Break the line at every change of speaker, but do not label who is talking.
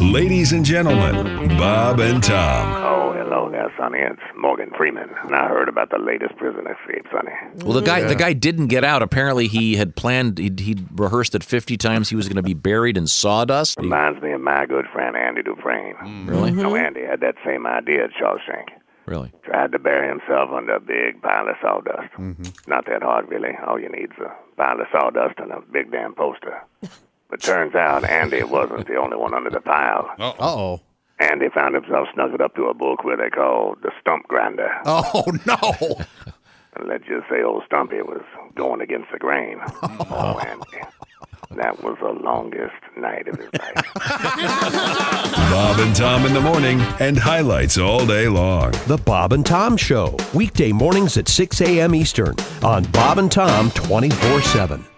Ladies and gentlemen, Bob and Tom.
Oh, hello there, Sonny. It's Morgan Freeman. And I heard about the latest prison escape, Sonny.
Well, the guy the guy didn't get out. Apparently, he had planned. He'd, he'd rehearsed it fifty times. He was going to be buried in sawdust. He-
Reminds me of my good friend Andy Dufresne.
Really?
No, Andy had that same idea at Shawshank.
Really?
Tried to bury himself under a big pile of sawdust. Not that hard, really. All you need's a pile of sawdust and a big damn poster. But turns out Andy wasn't the only one under the pile.
Uh oh.
Andy found himself snuggled up to a book where they called the Stump Grinder.
Oh no.
And let's just say old Stumpy was going against the grain. Oh, Andy. That was the longest night of his life.
Bob and Tom in the morning and highlights all day long.
The Bob and Tom Show, weekday mornings at 6 a.m. Eastern on Bob and Tom 24 7.